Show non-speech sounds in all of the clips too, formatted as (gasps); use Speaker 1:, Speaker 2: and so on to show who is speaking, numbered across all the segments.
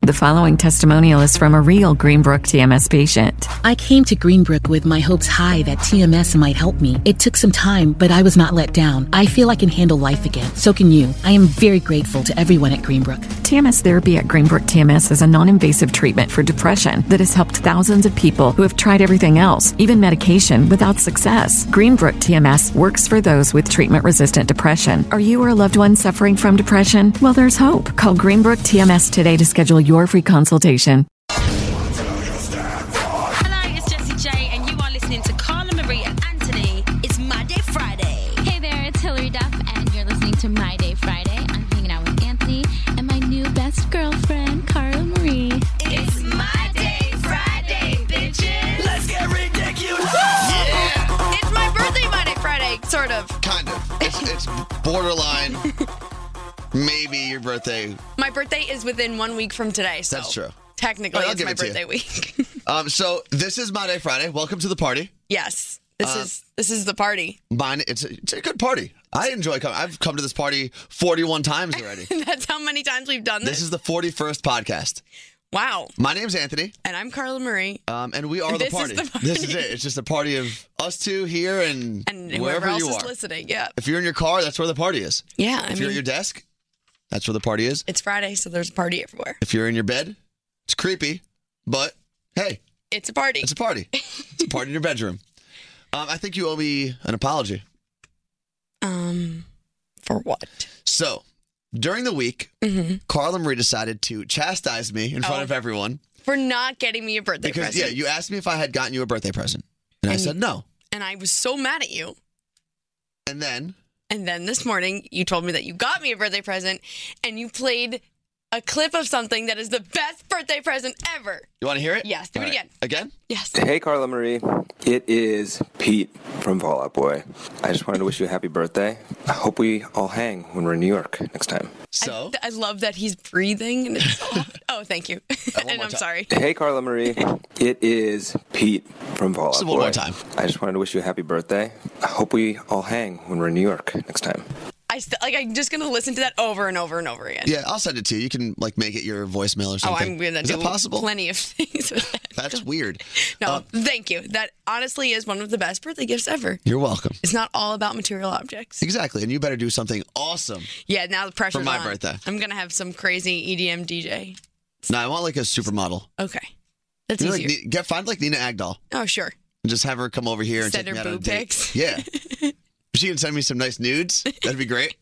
Speaker 1: The following testimonial is from a real Greenbrook TMS patient.
Speaker 2: I came to Greenbrook with my hopes high that TMS might help me. It took some time, but I was not let down. I feel I can handle life again. So can you. I am very grateful to everyone at Greenbrook.
Speaker 1: TMS therapy at Greenbrook TMS is a non invasive treatment for depression that has helped thousands of people who have tried everything else, even medication, without success. Greenbrook TMS works for those with treatment resistant depression. Are you or a loved one suffering from depression? Well, there's hope. Call Greenbrook TMS today to schedule your free consultation.
Speaker 3: Hello, it's Jessie J, and you are listening to Carla Marie and Anthony. It's My Day Friday.
Speaker 4: Hey there, it's Hillary Duff, and you're listening to My Day Friday. I'm hanging out with Anthony and my new best girlfriend, Carla Marie.
Speaker 3: It's My Day Friday, bitches.
Speaker 5: Let's get ridiculous.
Speaker 3: It's my birthday, My Day Friday, sort of.
Speaker 5: Kind of. It's, it's borderline. Maybe your birthday.
Speaker 6: My birthday is within one week from today, so
Speaker 5: That's true.
Speaker 6: Technically,
Speaker 5: All right, I'll
Speaker 6: it's
Speaker 5: give
Speaker 6: my
Speaker 5: it to you.
Speaker 6: birthday week. (laughs)
Speaker 5: Um, so this is my day Friday. Welcome to the party.
Speaker 6: yes,
Speaker 5: Uh,
Speaker 6: this is this is the party. (laughs)
Speaker 5: Mine. It's a, it's a good party. I enjoy coming. I've come to this party 41 times
Speaker 6: (laughs)
Speaker 5: already.
Speaker 6: That's how many times we've done this.
Speaker 5: this is the 41st podcast.
Speaker 6: wow.
Speaker 5: My name's Anthony,
Speaker 6: And I'm Carla Marie,
Speaker 5: um, and we are the
Speaker 6: This is
Speaker 5: party.
Speaker 6: the party.
Speaker 5: This is it. It's just a party of us two here and,
Speaker 6: and whoever else
Speaker 5: you
Speaker 6: is
Speaker 5: are.
Speaker 6: listening. Yeah,
Speaker 5: If you're in your car, that's where the party is.
Speaker 6: yeah. I
Speaker 5: if
Speaker 6: mean,
Speaker 5: you're at your desk, that's where the party is.
Speaker 6: it's Friday, so there's a party everywhere.
Speaker 5: If you're in your bed, it's creepy, but hey,
Speaker 6: It's a party.
Speaker 5: It's a party. It's a party in your bedroom. Um, I think you owe me an apology.
Speaker 6: um, for what?
Speaker 5: So during the week,
Speaker 6: Mm-hmm.
Speaker 5: Carla Marie decided to chastise me in front of everyone
Speaker 6: For not getting me a birthday
Speaker 5: because
Speaker 6: Oh. present.
Speaker 5: yeah, you asked me if I had gotten you a birthday present, and, I
Speaker 6: And-
Speaker 5: said no.
Speaker 6: and I was so mad at you.
Speaker 5: And then
Speaker 6: And then this morning, you told me that you got me a birthday present, and you played a clip of something that is the best birthday present ever.
Speaker 5: you want to hear it?
Speaker 6: Yes, do it
Speaker 5: All
Speaker 6: again.
Speaker 5: Again?
Speaker 6: Yes.
Speaker 7: Hey, Carla Marie. It is Pete from Fall Out Boy. I just wanted to wish you a happy birthday. I hope we all hang when we're in New York next time.
Speaker 5: So
Speaker 6: I, I love that he's breathing. And
Speaker 5: (laughs)
Speaker 6: it's so oh, thank you. (laughs) and
Speaker 5: more
Speaker 6: I'm
Speaker 5: time.
Speaker 6: sorry.
Speaker 7: Hey, Carla Marie. It is Pete from Fall Out
Speaker 5: So
Speaker 7: Boy.
Speaker 5: one more time.
Speaker 7: I just wanted to wish you a happy birthday. I hope we all hang when we're in New York next time.
Speaker 6: I st- like. I'm just gonna listen to that over and over and over again.
Speaker 5: yeah, I'll send it to you. You can like make it your voicemail or
Speaker 6: oh,
Speaker 5: something.
Speaker 6: I'm gonna
Speaker 5: is
Speaker 6: do
Speaker 5: that possible?
Speaker 6: plenty of (laughs) things with that.
Speaker 5: That's weird.
Speaker 6: No,
Speaker 5: Um,
Speaker 6: thank you. That honestly is one of the best birthday gifts ever.
Speaker 5: you're welcome.
Speaker 6: It's not all about material objects.
Speaker 5: Exactly, and you better do something awesome.
Speaker 6: Yeah, now the pressure's
Speaker 5: my
Speaker 6: on.
Speaker 5: birthday.
Speaker 6: I'm gonna have some crazy E EDM DJ.
Speaker 5: No, I want like a supermodel.
Speaker 6: Okay, that's
Speaker 5: You know, like,
Speaker 6: easier.
Speaker 5: Ne- get find like Nina Agdal.
Speaker 6: oh, sure.
Speaker 5: and just have her come over here and
Speaker 6: Send
Speaker 5: take
Speaker 6: her
Speaker 5: me out on a
Speaker 6: boob
Speaker 5: date.
Speaker 6: pics. (laughs)
Speaker 5: Yeah. If she can send me some nice nudes. That'd be great.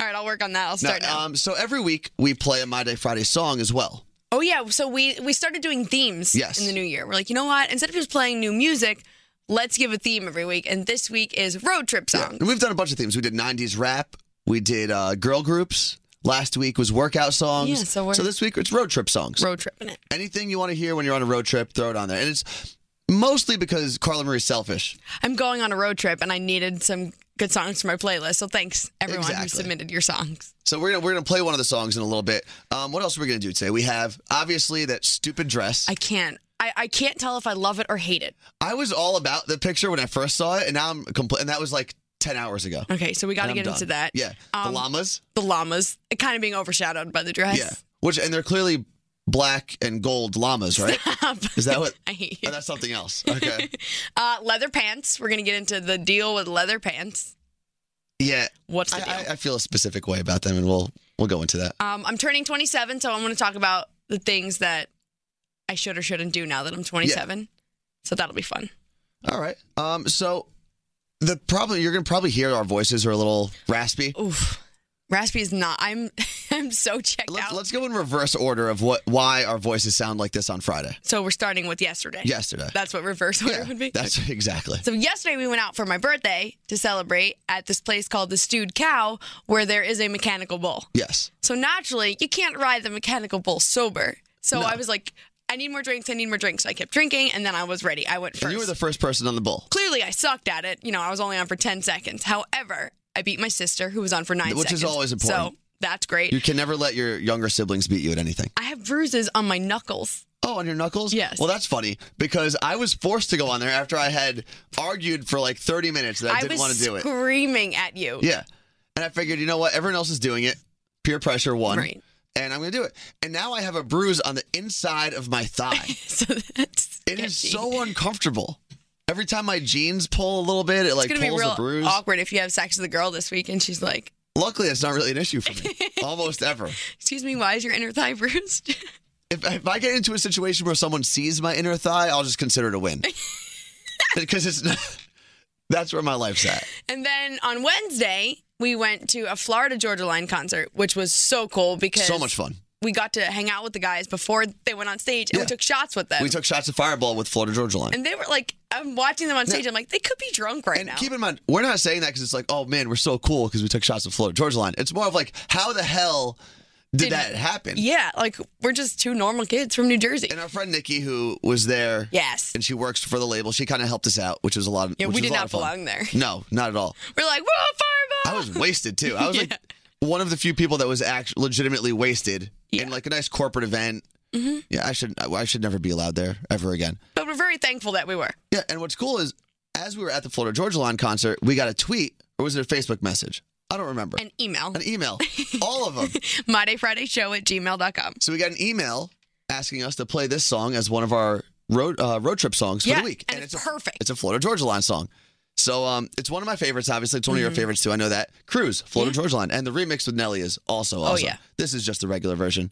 Speaker 6: All right, I'll work on that. I'll (laughs)
Speaker 5: No,
Speaker 6: start now.
Speaker 5: um, so every week we play a My Day Friday song as well.
Speaker 6: Oh yeah, so we we started doing themes
Speaker 5: Yes.
Speaker 6: in the new year. We're like, you know what? Instead of just playing new music, let's give a theme every week. And this week is road trip songs.
Speaker 5: And we've done a bunch of themes. We did 90s rap. We did uh, girl groups. Last week was workout songs.
Speaker 6: Yeah, so we're-
Speaker 5: this week it's road trip songs.
Speaker 6: Road tripping it.
Speaker 5: Anything you want to hear when you're on a road trip, throw it on there. And it's mostly because Carla Marie's selfish.
Speaker 6: I'm going on a road trip, and I needed some good songs for my playlist. So thanks everyone
Speaker 5: Exactly.
Speaker 6: who submitted your songs.
Speaker 5: So we're gonna we're gonna play one of the songs in a little bit. Um, what else are we gonna do today? We have obviously that stupid dress.
Speaker 6: I can't. I, I can't tell if I love it or hate it.
Speaker 5: I was all about the picture when I first saw it, and now I'm compl- and that was like ten hours ago.
Speaker 6: Okay, so we got to get into that.
Speaker 5: Yeah, the
Speaker 6: Um,
Speaker 5: llamas.
Speaker 6: The llamas kind of being overshadowed by the dress.
Speaker 5: Yeah, which and they're clearly black and gold llamas,
Speaker 6: (laughs)
Speaker 5: right? Is that what?
Speaker 6: I hate
Speaker 5: Oh,
Speaker 6: you.
Speaker 5: that's something else.
Speaker 6: (laughs)
Speaker 5: Okay.
Speaker 6: Uh, leather pants. We're gonna get into the deal with leather pants.
Speaker 5: Yeah,
Speaker 6: What's the deal?
Speaker 5: I, I, I feel a specific way about them, and we'll we'll go into that.
Speaker 6: Um, I'm turning 27, so I'm going to talk about the things that I should or shouldn't do now that I'm 27. So that'll be fun.
Speaker 5: All right. Um. So the problem you're gonna probably hear our voices are a little raspy.
Speaker 6: Oof, raspy is not. I'm (laughs) I'm so checked
Speaker 5: Let's,
Speaker 6: out.
Speaker 5: let's go in reverse order of what why our voices sound like this on Friday.
Speaker 6: so we're starting with yesterday.
Speaker 5: Yesterday.
Speaker 6: that's what reverse order
Speaker 5: Yeah,
Speaker 6: would be.
Speaker 5: That's (laughs) exactly.
Speaker 6: (laughs) so yesterday we went out for my birthday to celebrate at this place called the Stewed Cow, where there is a mechanical bull.
Speaker 5: Yes.
Speaker 6: So naturally, you can't ride the mechanical bull sober. So
Speaker 5: No.
Speaker 6: I was like, I need more drinks. I need more drinks. So I kept drinking, and then I was ready. I went first.
Speaker 5: And you were the first person on the bull.
Speaker 6: clearly I sucked at it. You know, I was only on for 10 seconds. However, I beat my sister who was on for nine
Speaker 5: Which is
Speaker 6: seconds.
Speaker 5: always important.
Speaker 6: So that's great.
Speaker 5: You can never let your younger siblings beat you at anything.
Speaker 6: I have bruises on my knuckles.
Speaker 5: Oh, on your knuckles?
Speaker 6: Yes.
Speaker 5: Well, that's funny because I was forced to go on there after I had argued for like 30 minutes that I, didn't
Speaker 6: was
Speaker 5: want to do it.
Speaker 6: screaming at you.
Speaker 5: Yeah. And I figured, you know what? Everyone else is doing it. Peer pressure, one.
Speaker 6: Right.
Speaker 5: and I'm gonna do it. And now I have a bruise on the inside of my
Speaker 6: (laughs)
Speaker 5: thigh.
Speaker 6: (laughs) So that's
Speaker 5: It is
Speaker 6: sketchy.
Speaker 5: so uncomfortable. Every time my jeans pull a little bit, it like
Speaker 6: it's gonna be
Speaker 5: pulls
Speaker 6: real
Speaker 5: the bruise.
Speaker 6: awkward if you have sex with a girl this week and she's like,
Speaker 5: Luckily, it's not really an issue for
Speaker 6: (laughs)
Speaker 5: me. Almost ever.
Speaker 6: "Excuse me, why is your inner thigh (laughs) bruised?"
Speaker 5: If, if I get into a situation where someone sees my inner thigh, I'll just consider it
Speaker 6: (laughs)
Speaker 5: a win. because it's not, that's where my life's at.
Speaker 6: and then on Wednesday, we went to a Florida Georgia Line concert, which was so cool because
Speaker 5: So much fun.
Speaker 6: We got to hang out with the guys before they went on stage, and
Speaker 5: Yeah.
Speaker 6: we took shots with them.
Speaker 5: We took shots of Fireball with Florida Georgia Line.
Speaker 6: and they were like, I'm watching them on stage. I'm like, they could be drunk right
Speaker 5: And
Speaker 6: now.
Speaker 5: keep in mind, we're not saying that because it's like, oh man, we're so cool because we took shots of Florida Georgia Line. It's more of like, how the hell did,
Speaker 6: Did-
Speaker 5: that happen?
Speaker 6: yeah, like we're just two normal kids from New Jersey.
Speaker 5: And our friend Nikki, who was there,
Speaker 6: Yes.
Speaker 5: and she works for the label, she kind of helped us out, which was a lot. Of,
Speaker 6: Yeah,
Speaker 5: which
Speaker 6: we
Speaker 5: was
Speaker 6: did
Speaker 5: a lot
Speaker 6: not
Speaker 5: of fun.
Speaker 6: belong there.
Speaker 5: No, not at all.
Speaker 6: We're like, whoa,
Speaker 5: I
Speaker 6: fireball!
Speaker 5: was wasted too. I
Speaker 6: (laughs)
Speaker 5: was like one of the few people that was act- legitimately wasted in like a nice corporate event.
Speaker 6: Mm-hmm.
Speaker 5: Yeah, I should I should never be allowed there ever again.
Speaker 6: but we're very thankful that we were.
Speaker 5: Yeah, and what's cool is as we were at the Florida Georgia Line concert, we got a tweet or was it a Facebook message? I don't remember.
Speaker 6: An email,
Speaker 5: (laughs)
Speaker 6: (laughs)
Speaker 5: An email, all of them.
Speaker 6: mydayfridayshow at gmail.com.
Speaker 5: So we got an email asking us to play this song as one of our road uh, road trip songs for
Speaker 6: Yeah,
Speaker 5: the week,
Speaker 6: and it's
Speaker 5: a,
Speaker 6: perfect.
Speaker 5: It's a Florida Georgia Line song. So um, it's one of my favorites. Obviously, it's one
Speaker 6: Mm-hmm.
Speaker 5: of your favorites too. I know that. Cruise, Florida Georgia Line, and the remix with Nelly is also awesome.
Speaker 6: Oh, yeah.
Speaker 5: This is just the regular version.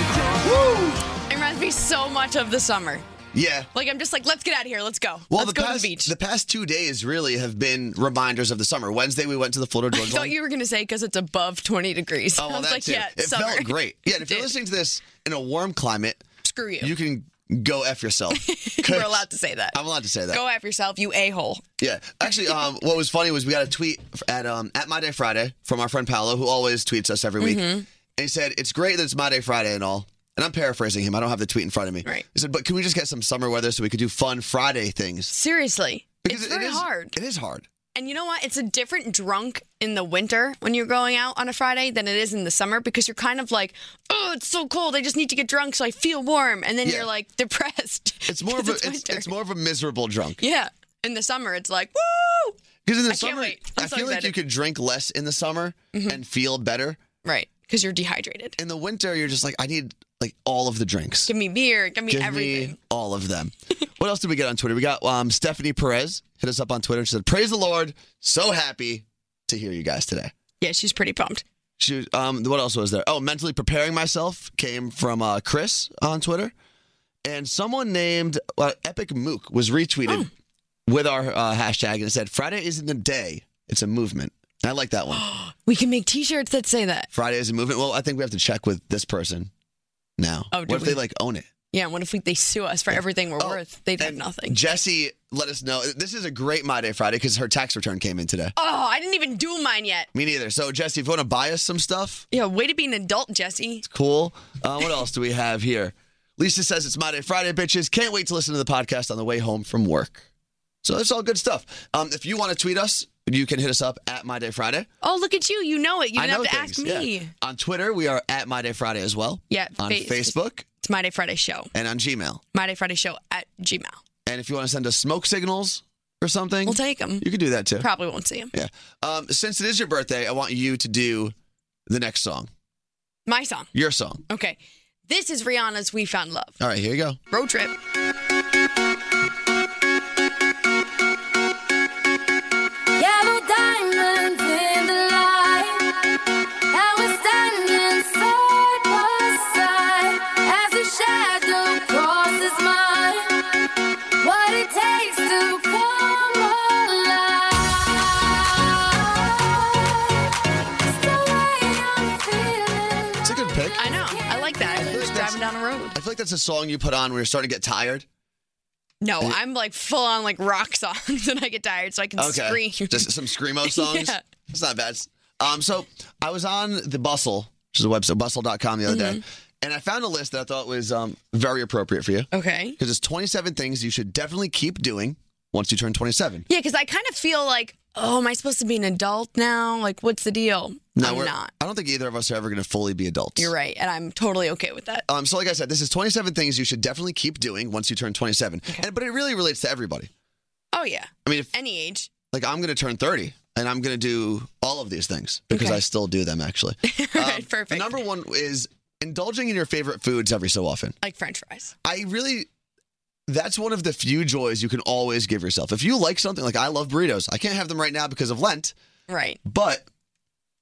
Speaker 6: It reminds me so much of the summer.
Speaker 5: Yeah.
Speaker 6: Like, I'm just like, let's get out of here. Let's go.
Speaker 5: Well,
Speaker 6: let's
Speaker 5: the
Speaker 6: go
Speaker 5: past
Speaker 6: to the beach.
Speaker 5: past two days really have been reminders of the summer. Wednesday we went to the Florida
Speaker 6: I
Speaker 5: Georgia
Speaker 6: thought
Speaker 5: Line.
Speaker 6: you were going to say because it's above 20 degrees.
Speaker 5: oh,
Speaker 6: I
Speaker 5: well,
Speaker 6: was
Speaker 5: that
Speaker 6: like,
Speaker 5: too.
Speaker 6: yeah,
Speaker 5: it
Speaker 6: summer.
Speaker 5: felt great.
Speaker 6: (laughs)
Speaker 5: Yeah, and if you're
Speaker 6: Did.
Speaker 5: listening to this in a warm climate,
Speaker 6: Screw (laughs) you.
Speaker 5: you can go f yourself.
Speaker 6: (laughs) We're allowed to say that.
Speaker 5: I'm allowed to say that.
Speaker 6: Go after yourself, you a hole.
Speaker 5: Yeah, actually, um, what was funny was we got a tweet at um, at My Day Friday from our friend Paolo, who always tweets us every week,
Speaker 6: Mm-hmm.
Speaker 5: and he said, "It's great that it's My Day Friday and all." And I'm paraphrasing him. I don't have the tweet in front of me.
Speaker 6: Right.
Speaker 5: He said, "But can we just get some summer weather so we could do fun Friday things?"
Speaker 6: Seriously.
Speaker 5: it-
Speaker 6: it's
Speaker 5: it
Speaker 6: very
Speaker 5: is-
Speaker 6: hard.
Speaker 5: It is hard.
Speaker 6: And you know what? It's a different drunk in the winter when you're going out on a Friday than it is in the summer because you're kind of like, oh, it's so cold. I just need to get drunk so I feel warm. And then
Speaker 5: Yeah.
Speaker 6: you're like
Speaker 5: (laughs)
Speaker 6: depressed.
Speaker 5: It's
Speaker 6: (laughs)
Speaker 5: more of
Speaker 6: 'cause
Speaker 5: a it's,
Speaker 6: winter.
Speaker 5: it's more of a miserable drunk.
Speaker 6: Yeah. In the summer, it's like, woo!
Speaker 5: Because in the
Speaker 6: I can't
Speaker 5: summer,
Speaker 6: wait. I'm
Speaker 5: I
Speaker 6: so
Speaker 5: feel like you
Speaker 6: excited. Mm-hmm.
Speaker 5: could drink less in the summer and feel better.
Speaker 6: Right. Because you're dehydrated.
Speaker 5: In the winter, you're just like, I need like all of the drinks.
Speaker 6: Give me beer. Give me
Speaker 5: Give
Speaker 6: everything.
Speaker 5: me all of them. (laughs) what else did we get on Twitter? We got um, Stephanie Perez hit us up on Twitter. She said, "Praise the Lord! So happy to hear you guys today."
Speaker 6: Yeah, she's pretty pumped.
Speaker 5: She was- um, what else was there? Oh, mentally preparing myself came from uh, Chris on Twitter, and someone named uh, Epic Mook was retweeted
Speaker 6: Oh.
Speaker 5: with our uh, hashtag and it said, "Friday isn't a day; it's a movement." I like that
Speaker 6: (gasps)
Speaker 5: one.
Speaker 6: We can make t shirts that say that.
Speaker 5: Friday is a movement. Well, I think we have to check with this person now.
Speaker 6: Oh,
Speaker 5: what
Speaker 6: do
Speaker 5: if they
Speaker 6: we?
Speaker 5: like own it?
Speaker 6: Yeah, what if we, they sue us for everything we're
Speaker 5: Oh,
Speaker 6: worth? They'd have
Speaker 5: and
Speaker 6: nothing.
Speaker 5: Jesse let us know. This is a great My Day Friday because her tax return came in today.
Speaker 6: Oh, I didn't even do mine yet.
Speaker 5: Me neither. So, Jesse, if you want to buy us some stuff,
Speaker 6: Yeah, way to be an adult, Jesse.
Speaker 5: it's cool. Uh, what else do we have here? Lisa says it's My Day Friday, bitches. Can't wait to listen to the podcast on the way home from work. So, that's all good stuff. Um, if you want to tweet us, you can hit us up at My Day Friday.
Speaker 6: Oh, look at you. You know it. You
Speaker 5: I
Speaker 6: didn't
Speaker 5: know
Speaker 6: have to
Speaker 5: things,
Speaker 6: ask me.
Speaker 5: yeah. On Twitter, we are at My Day Friday as well.
Speaker 6: Yeah,
Speaker 5: On
Speaker 6: face-
Speaker 5: Facebook
Speaker 6: It's My Day Friday Show.
Speaker 5: and on Gmail.
Speaker 6: My Day Friday Show at Gmail.
Speaker 5: And if you want to send us smoke signals or something,
Speaker 6: We'll take them.
Speaker 5: you can do that too.
Speaker 6: Probably won't see them.
Speaker 5: Yeah. Um, since it is your birthday, I want you to do the next song,
Speaker 6: My song.
Speaker 5: your song.
Speaker 6: Okay. This is Rihanna's We Found Love.
Speaker 5: All right, here you go.
Speaker 6: Road trip.
Speaker 8: Yellow diamonds in the light. And we're standing side by side as a shadow crosses mine. What it takes to come alive. It's the way I'm feeling.
Speaker 5: It's a good pick.
Speaker 6: I know. I like that.
Speaker 5: feel like
Speaker 6: Just
Speaker 5: that's-
Speaker 6: driving down the road.
Speaker 5: I feel like that's a song you put on when you're starting to get tired.
Speaker 6: No, I'm like full on like rock (laughs) songs and I get tired so I can
Speaker 5: Okay.
Speaker 6: scream.
Speaker 5: Just
Speaker 6: (laughs)
Speaker 5: some Screamo songs.
Speaker 6: Yeah.
Speaker 5: It's not bad. Um, so I was on the Bustle, which is a website, bustle.com the other day,
Speaker 6: Mm-hmm.
Speaker 5: and I found a list that I thought was um, very appropriate for you
Speaker 6: okay.
Speaker 5: because it's 27 things you should definitely keep doing once you turn 27.
Speaker 6: Yeah, because I kind of feel like, oh, am I supposed to be an adult now? Like, what's the deal?
Speaker 5: No,
Speaker 6: I'm
Speaker 5: we're-
Speaker 6: not.
Speaker 5: I don't think either of us are ever going to fully be adults.
Speaker 6: You're right, and I'm totally okay with that.
Speaker 5: Um, so, like I said, this is 27 things you should definitely keep doing once you turn 27. And, but it really relates to everybody.
Speaker 6: Oh yeah,
Speaker 5: I mean, if,
Speaker 6: any age. (laughs)
Speaker 5: like I'm going to turn 30 and I'm going to do all of these things because
Speaker 6: Okay.
Speaker 5: I still do them actually.
Speaker 6: All right, perfect.
Speaker 5: Um, Number one is indulging in your favorite foods every so often.
Speaker 6: like French fries.
Speaker 5: I really, that's one of the few joys you can always give yourself. If you like something, like I love burritos, I can't have them right now because of Lent,
Speaker 6: Right.
Speaker 5: but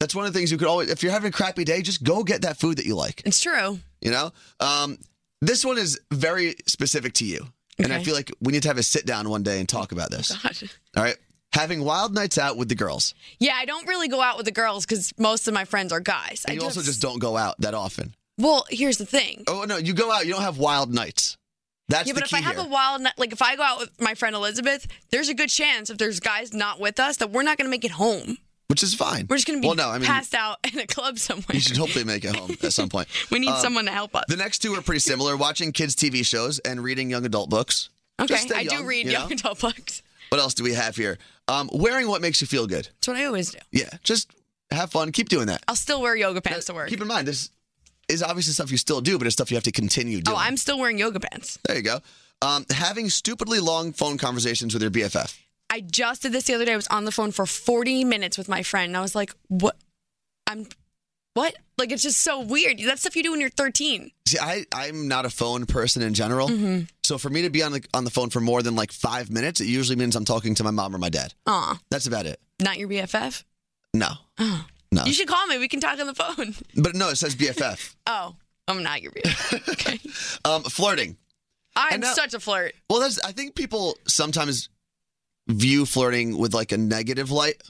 Speaker 5: that's one of the things you could always, if you're having a crappy day, just go get that food that you like,
Speaker 6: It's true.
Speaker 5: you know? Um, this one is very specific to you. And I
Speaker 6: Okay.
Speaker 5: feel like we need to have a sit down one day and talk about this.
Speaker 6: God.
Speaker 5: All right. Having wild nights out with the girls.
Speaker 6: (laughs) Yeah, I don't really go out with the girls because most of my friends are guys. I
Speaker 5: And you
Speaker 6: do
Speaker 5: also
Speaker 6: have-
Speaker 5: just don't go out that often.
Speaker 6: Well, here's the thing.
Speaker 5: Oh no, you go out. You don't have wild nights. That's
Speaker 6: yeah,
Speaker 5: the
Speaker 6: but if
Speaker 5: key
Speaker 6: I have
Speaker 5: here.
Speaker 6: a wild night, like if I go out with my friend Elizabeth, there's a good chance if there's guys not with us that we're not going to make it home.
Speaker 5: which is fine.
Speaker 6: We're just going to be
Speaker 5: well. No, I mean
Speaker 6: passed out (laughs) in a club somewhere.
Speaker 5: you should hopefully make it home at some point.
Speaker 6: (laughs) we need
Speaker 5: Um,
Speaker 6: someone to help us.
Speaker 5: The next two are pretty similar: watching kids' TV shows and reading young adult books.
Speaker 6: Okay,
Speaker 5: Just stay
Speaker 6: I do
Speaker 5: young,
Speaker 6: read
Speaker 5: you
Speaker 6: young (laughs)
Speaker 5: know?
Speaker 6: adult books.
Speaker 5: What else do we have here? Um, wearing what makes you feel good.
Speaker 6: That's what I always do.
Speaker 5: Yeah, just have fun. Keep doing that.
Speaker 6: I'll still wear yoga pants to work.
Speaker 5: Keep in mind this is obviously stuff you still do, but it's stuff you have to continue
Speaker 6: Oh,
Speaker 5: doing.
Speaker 6: I'm still wearing yoga pants.
Speaker 5: There you go. Um, having stupidly long phone conversations with your BFF.
Speaker 6: I just did this the other day. I was on the phone for 40 minutes with my friend, and I was like, "What? I'm what? Like it's just so weird. That's stuff you do when you're 13."
Speaker 5: See, I I'm not a phone person in general.
Speaker 6: Mm-hmm.
Speaker 5: So for me to be on the on the phone for more than like five minutes, it usually means I'm talking to my mom or my dad.
Speaker 6: Aw,
Speaker 5: That's about it.
Speaker 6: not your BFF.
Speaker 5: No, no.
Speaker 6: You should call me. We can talk on the phone. (laughs)
Speaker 5: But no, it says BFF.
Speaker 6: Oh, I'm not your
Speaker 5: (laughs)
Speaker 6: BFF. okay.
Speaker 5: um, flirting.
Speaker 6: I'm
Speaker 5: And now-
Speaker 6: such a flirt.
Speaker 5: Well, that's I think people sometimes view flirting with like a negative light.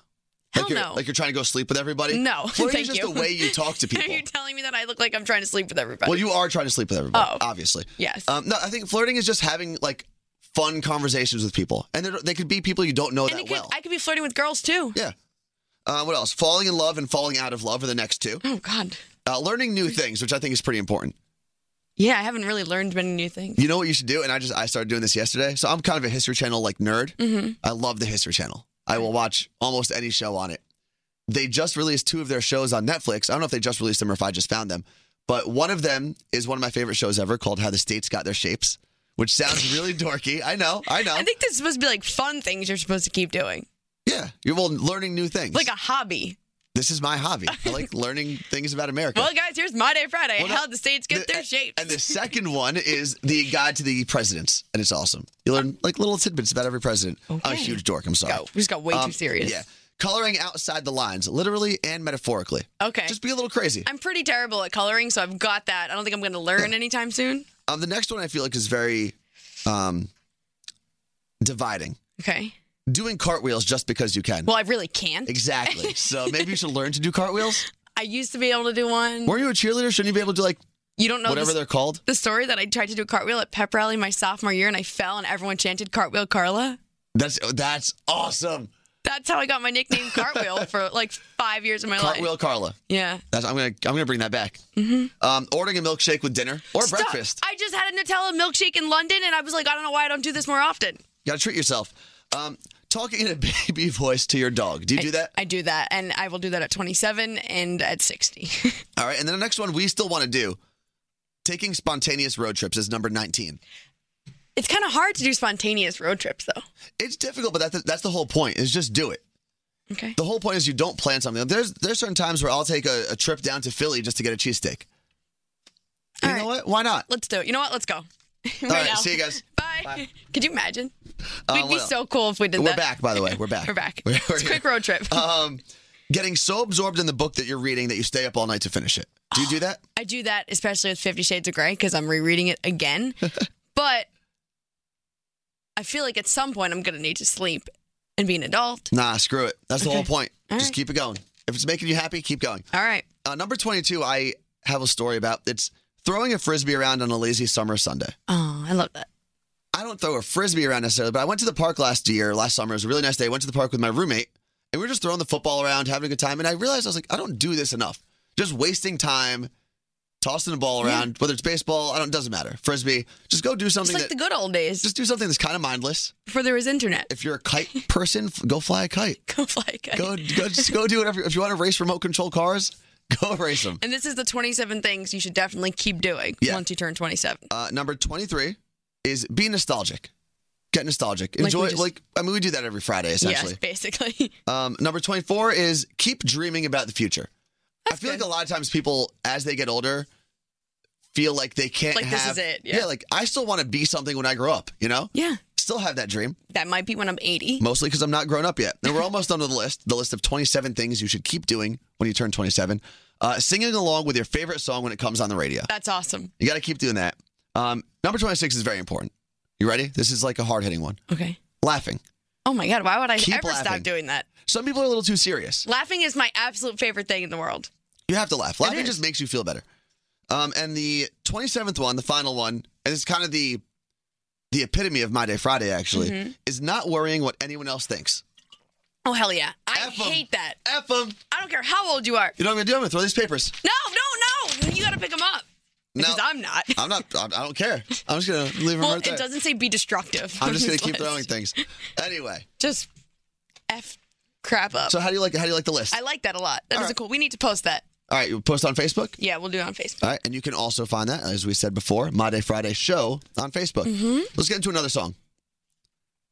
Speaker 6: Hell
Speaker 5: like you're,
Speaker 6: no.
Speaker 5: Like you're trying to go sleep with everybody.
Speaker 6: No, (laughs)
Speaker 5: flirting
Speaker 6: thank
Speaker 5: is just
Speaker 6: you.
Speaker 5: the way you talk
Speaker 6: (laughs)
Speaker 5: to
Speaker 6: Are you
Speaker 5: people.
Speaker 6: telling me that I look like I'm trying to sleep with everybody?
Speaker 5: well, you are trying to sleep with everybody,
Speaker 6: Oh.
Speaker 5: obviously.
Speaker 6: yes.
Speaker 5: Um, no, I think flirting is just having like fun conversations with people, and they're- they could be people you don't know
Speaker 6: and
Speaker 5: that
Speaker 6: it could,
Speaker 5: well.
Speaker 6: I could be flirting with girls too.
Speaker 5: Yeah. Uh, what else? Falling in love and falling out of love are the next two.
Speaker 6: Oh God.
Speaker 5: Uh, learning
Speaker 6: Mm-hmm.
Speaker 5: new things, which I think is pretty important.
Speaker 6: Yeah, I haven't really learned many new things.
Speaker 5: You know what you should do? And I just I started doing this yesterday. So I'm kind of a History Channel like nerd.
Speaker 6: Mm-hmm.
Speaker 5: I love the History Channel. I will watch almost any show on it. They just released two of their shows on Netflix. I don't know if they just released them or if I just found them, but one of them is one of my favorite shows ever called How the States Got Their Shapes, which
Speaker 6: (laughs)
Speaker 5: sounds really dorky. I know, I know.
Speaker 6: I think this is supposed to be like fun things you're supposed to keep doing,
Speaker 5: yeah, you're well, learning new things.
Speaker 6: like a hobby.
Speaker 5: this is my hobby.
Speaker 6: (laughs)
Speaker 5: I like learning things about America.
Speaker 6: Well, guys, here's my day Friday.
Speaker 5: Well, no,
Speaker 6: How the states get
Speaker 5: the-
Speaker 6: their shapes.
Speaker 5: And the second one is the guide to the presidents, and it's awesome. You learn like little tidbits about every president. I'm a
Speaker 6: Okay.
Speaker 5: huge dork. I'm sorry.
Speaker 6: Go. We just got way
Speaker 5: Um,
Speaker 6: too serious.
Speaker 5: Yeah, coloring outside the lines, literally and metaphorically.
Speaker 6: Okay.
Speaker 5: Just be a little crazy.
Speaker 6: I'm pretty terrible at coloring, so I've got that. I don't think I'm going to
Speaker 5: (laughs)
Speaker 6: learn anytime soon.
Speaker 5: Um, the next one I feel like is very um, dividing.
Speaker 6: Okay.
Speaker 5: Doing cartwheels just because you can.
Speaker 6: Well, (laughs) I really can't.
Speaker 5: exactly. So maybe you should learn to
Speaker 6: (laughs)
Speaker 5: do cartwheels.
Speaker 6: I used to be able to do one.
Speaker 5: Weren't you a cheerleader? Shouldn't you be able to do like
Speaker 6: You don't know
Speaker 5: whatever
Speaker 6: this-
Speaker 5: they're called?
Speaker 6: the story that I tried to do a cartwheel at pep rally my sophomore year, and I fell, and everyone chanted "Cartwheel Carla."
Speaker 5: That's that's awesome.
Speaker 6: That's how I got my nickname Cartwheel
Speaker 5: (laughs)
Speaker 6: for like five years of my life.
Speaker 5: Cartwheel Carla.
Speaker 6: Yeah.
Speaker 5: That's, I'm gonna I'm gonna bring that back. Um, ordering a milkshake with dinner
Speaker 6: Mm-hmm.
Speaker 5: or
Speaker 6: Stop.
Speaker 5: breakfast.
Speaker 6: I just had a Nutella milkshake in London, and I was like, I don't know why I don't do this more often.
Speaker 5: You gotta treat yourself. Um, talking in a (laughs) baby voice to your dog. Do you do that?
Speaker 6: I do that, and I will do that at 27 and at (laughs) 60.
Speaker 5: All right. And then the next one we still want to do. Taking spontaneous road trips is number 19.
Speaker 6: it's kind of hard to do spontaneous road trips, though.
Speaker 5: It's difficult, but that's the, that's the whole point. Is just do it.
Speaker 6: Okay.
Speaker 5: The whole point is you don't plan something. There's there's certain times where I'll take a, a trip down to Philly just to get a cheesesteak.
Speaker 6: All
Speaker 5: You know
Speaker 6: right.
Speaker 5: what? Why not?
Speaker 6: Let's do it. You know what? Let's go. (laughs) right
Speaker 5: All right.
Speaker 6: now.
Speaker 5: See you guys.
Speaker 6: (laughs) Bye. Could you imagine?
Speaker 5: Uh,
Speaker 6: We'd be
Speaker 5: what else?
Speaker 6: so cool if we did
Speaker 5: We're
Speaker 6: that.
Speaker 5: back, by the way. We're
Speaker 6: (laughs)
Speaker 5: back.
Speaker 6: We're back.
Speaker 5: (laughs) We're-
Speaker 6: it's a quick road trip.
Speaker 5: Um, getting so absorbed in the book that you're reading that you stay up all night to finish it. Do you do
Speaker 6: (gasps)
Speaker 5: that?
Speaker 6: I do that, especially with Fifty Shades of Grey, because I'm rereading it
Speaker 5: (laughs)
Speaker 6: again. but I feel like at some point I'm going to need to sleep and be an adult.
Speaker 5: Nah, screw it. That's the whole
Speaker 6: Okay.
Speaker 5: point.
Speaker 6: All
Speaker 5: Just
Speaker 6: right.
Speaker 5: keep it going. If it's making you happy, keep going.
Speaker 6: All right.
Speaker 5: Uh, number 22, I have a story about. It's throwing a frisbee around on a lazy summer Sunday.
Speaker 6: Oh, I love that.
Speaker 5: I don't throw a frisbee around necessarily, but I went to the park last year, last summer. It was a really nice day. I went to the park with my roommate, and we were just throwing the football around, having a good time. And I realized I was like, I don't do this enough. Just wasting time tossing the ball around, whether it's baseball, I don't, doesn't matter. Frisbee, just go do
Speaker 6: It's
Speaker 5: something.
Speaker 6: like
Speaker 5: that,
Speaker 6: the good old days
Speaker 5: just do something that's kind of mindless.
Speaker 6: before there was internet. (laughs)
Speaker 5: If you're a kite person, f- go fly a kite.
Speaker 6: Go fly a kite.
Speaker 5: Go, go, just go do whatever. If you want to race remote control cars, (laughs) go race them.
Speaker 6: And this is the 27 things you should definitely keep doing
Speaker 5: Yeah.
Speaker 6: once you turn 27.
Speaker 5: Uh, number 23 is be nostalgic. Get nostalgic.
Speaker 6: Like we
Speaker 5: Enjoy, like,
Speaker 6: just-
Speaker 5: I mean, we do that every Friday,
Speaker 6: Yes,
Speaker 5: essentially.
Speaker 6: basically. (laughs)
Speaker 5: Um, number 24 is keep dreaming about the future. I feel
Speaker 6: good.
Speaker 5: like a lot of times people, as they get older, feel like they can't
Speaker 6: Like, this
Speaker 5: have.
Speaker 6: is it, yeah.
Speaker 5: like I still want to be something when I grow up, you know?
Speaker 6: yeah,
Speaker 5: Still have that dream,
Speaker 6: that might be when I'm 80.
Speaker 5: mostly because I'm not grown up yet. And we're almost done with the list the list of 27 things you should keep doing when you turn 27. Uh, singing along with your favorite song when it comes on the radio.
Speaker 6: That's awesome.
Speaker 5: You got to keep doing that. Um, number 26 is very important. You ready? This is like a hard hitting one.
Speaker 6: Okay.
Speaker 5: Laughing.
Speaker 6: Oh my God, why would I
Speaker 5: Keep
Speaker 6: ever
Speaker 5: laughing.
Speaker 6: stop doing that?
Speaker 5: Some people are a little too serious.
Speaker 6: Laughing is my absolute favorite thing in the world.
Speaker 5: You have to laugh. Laughing
Speaker 6: is.
Speaker 5: just makes you feel better. Um, and the 27th one, the final one, and it's kind of the the epitome of my day Friday actually, is not worrying what anyone else thinks.
Speaker 6: Oh, hell yeah. I
Speaker 5: F 'em.
Speaker 6: hate that.
Speaker 5: F them.
Speaker 6: I don't care how old you are.
Speaker 5: You know what I'm going to do? I'm going to throw these papers.
Speaker 6: No, no, no. You got to pick them up.
Speaker 5: No,
Speaker 6: Because I'm not.
Speaker 5: I'm not. I I don't care. I'm just going to leave them
Speaker 6: well,
Speaker 5: right there.
Speaker 6: it doesn't say be destructive.
Speaker 5: I'm
Speaker 6: on (laughs)
Speaker 5: just going to
Speaker 6: this
Speaker 5: keep
Speaker 6: list.
Speaker 5: throwing things. Anyway,
Speaker 6: (laughs) Just F crap up.
Speaker 5: so how do you like how do you like the list?
Speaker 6: I like that a lot. That is
Speaker 5: All
Speaker 6: a
Speaker 5: right.
Speaker 6: cool. We need to post that.
Speaker 5: All right, you post on Facebook.
Speaker 6: Yeah, we'll do it on Facebook.
Speaker 5: All right, and you can also find that, as we said before, My Day Friday Show on Facebook.
Speaker 6: Mm-hmm.
Speaker 5: Let's get into another song.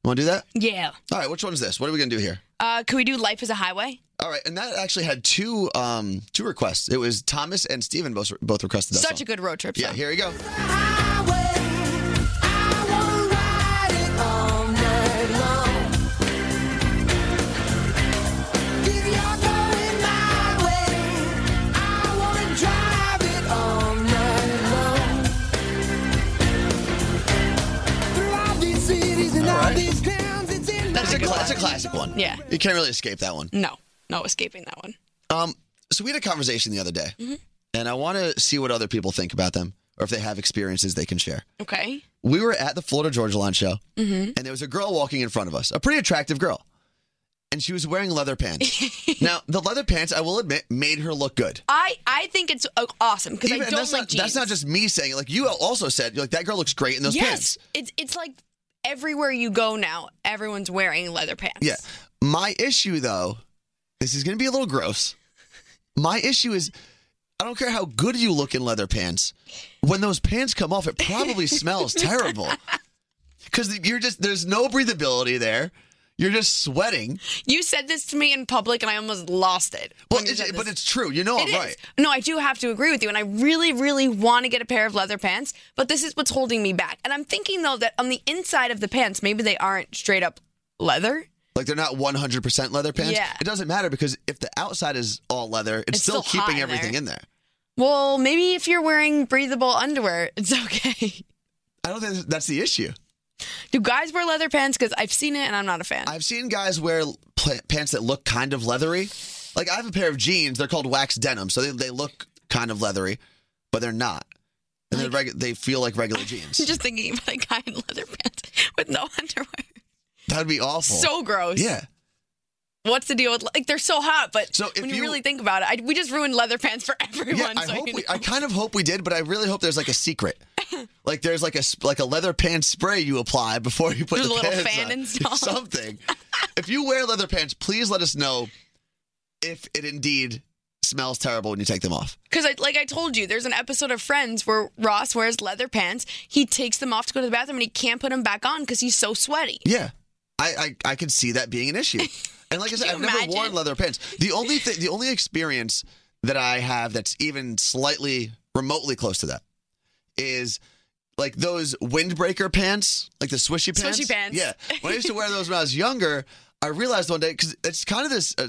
Speaker 5: Want to do that?
Speaker 6: Yeah.
Speaker 5: All right, which one's this? What are we gonna do here?
Speaker 6: Uh, can we do Life is a Highway?
Speaker 5: All right, and that actually had two um two requests. It was Thomas and Steven both both requested that
Speaker 6: Such
Speaker 5: song.
Speaker 6: a good road trip
Speaker 5: yeah.
Speaker 6: song.
Speaker 5: Here we go. That's a, cla- that's a classic one.
Speaker 6: Yeah.
Speaker 5: you can't really escape that one.
Speaker 6: No, no escaping that one.
Speaker 5: Um, so we had a conversation the other day,
Speaker 6: Mm-hmm.
Speaker 5: and I want to see what other people think about them, or if they have experiences they can share.
Speaker 6: Okay.
Speaker 5: we were at the Florida Georgia Line show,
Speaker 6: Mm-hmm.
Speaker 5: and there was a girl walking in front of us, a pretty attractive girl, and she was wearing
Speaker 6: (laughs)
Speaker 5: leather pants. now, the leather pants, I will admit, made her look good.
Speaker 6: I I think it's uh, awesome because I
Speaker 5: Even-
Speaker 6: don't
Speaker 5: and that's,
Speaker 6: like
Speaker 5: not,
Speaker 6: jeans.
Speaker 5: that's not just me saying it. Like you also said, you're like that girl looks great in those
Speaker 6: yes.
Speaker 5: pants.
Speaker 6: It's it's like everywhere you go now, everyone's wearing leather pants.
Speaker 5: Yeah. My issue though, this is going to be a little gross. My issue is, I don't care how good you look in leather pants. When those pants come off,
Speaker 6: (laughs)
Speaker 5: it probably smells terrible. Because you're just there's no breathability there. You're just sweating.
Speaker 6: You said this to me in public, and I almost lost it.
Speaker 5: Well,
Speaker 6: when you
Speaker 5: it's,
Speaker 6: said
Speaker 5: but
Speaker 6: this.
Speaker 5: it's true. You know
Speaker 6: It
Speaker 5: I'm
Speaker 6: is.
Speaker 5: right.
Speaker 6: No, I do have to agree with you, and I really, really want to get a pair of leather pants, but this is what's holding me back. And I'm thinking though that on the inside of the pants, maybe they aren't straight up leather.
Speaker 5: Like they're not 100% leather pants.
Speaker 6: Yeah.
Speaker 5: It doesn't matter because if the outside is all leather, it's,
Speaker 6: It's
Speaker 5: still,
Speaker 6: still hot
Speaker 5: keeping
Speaker 6: in
Speaker 5: everything
Speaker 6: there.
Speaker 5: in there.
Speaker 6: Well, maybe if you're wearing breathable underwear, it's (laughs) okay.
Speaker 5: I don't think that's the issue.
Speaker 6: Do guys wear leather pants? Because I've seen it and I'm not a fan.
Speaker 5: I've seen guys wear pla pants that look kind of leathery. Like I have a pair of jeans. They're called wax denim, so they, they look kind of leathery, but they're not. And they're regu- they feel
Speaker 6: (laughs)
Speaker 5: like regular jeans.
Speaker 6: (laughs) I'm just thinking about a guy in leather pants (laughs) with no underwear.
Speaker 5: that would be awful.
Speaker 6: So gross.
Speaker 5: yeah.
Speaker 6: What's the deal with like they're so hot? But
Speaker 5: So if
Speaker 6: when you,
Speaker 5: you-
Speaker 6: really think about it, I, we just ruined leather pants for (laughs) everyone.
Speaker 5: Yeah, I
Speaker 6: so
Speaker 5: hope
Speaker 6: you
Speaker 5: we,
Speaker 6: know. (laughs)
Speaker 5: I kind of hope we did, but I really hope there's like a secret. like there's like a sp- like a leather pants spray you apply before you put
Speaker 6: There's
Speaker 5: the
Speaker 6: a little
Speaker 5: pants
Speaker 6: fan
Speaker 5: on. (laughs)
Speaker 6: installed.
Speaker 5: Something. if you wear leather pants, please let us know if it indeed smells terrible when you take them off.
Speaker 6: Because, I, like I told you, there's an episode of Friends where Ross wears leather pants. He takes them off to go to the bathroom and he can't put them back on because he's so sweaty.
Speaker 5: Yeah, I I, I could see that being
Speaker 6: (laughs)
Speaker 5: an issue. And like I said,
Speaker 6: you
Speaker 5: I've never worn
Speaker 6: imagine?
Speaker 5: leather pants. The only thing, the only experience that I have that's even slightly remotely close to that is like those windbreaker pants, like the swishy pants.
Speaker 6: Swishy pants.
Speaker 5: Yeah. When I used to wear those when I was younger, I realized one day because it's kind of this a,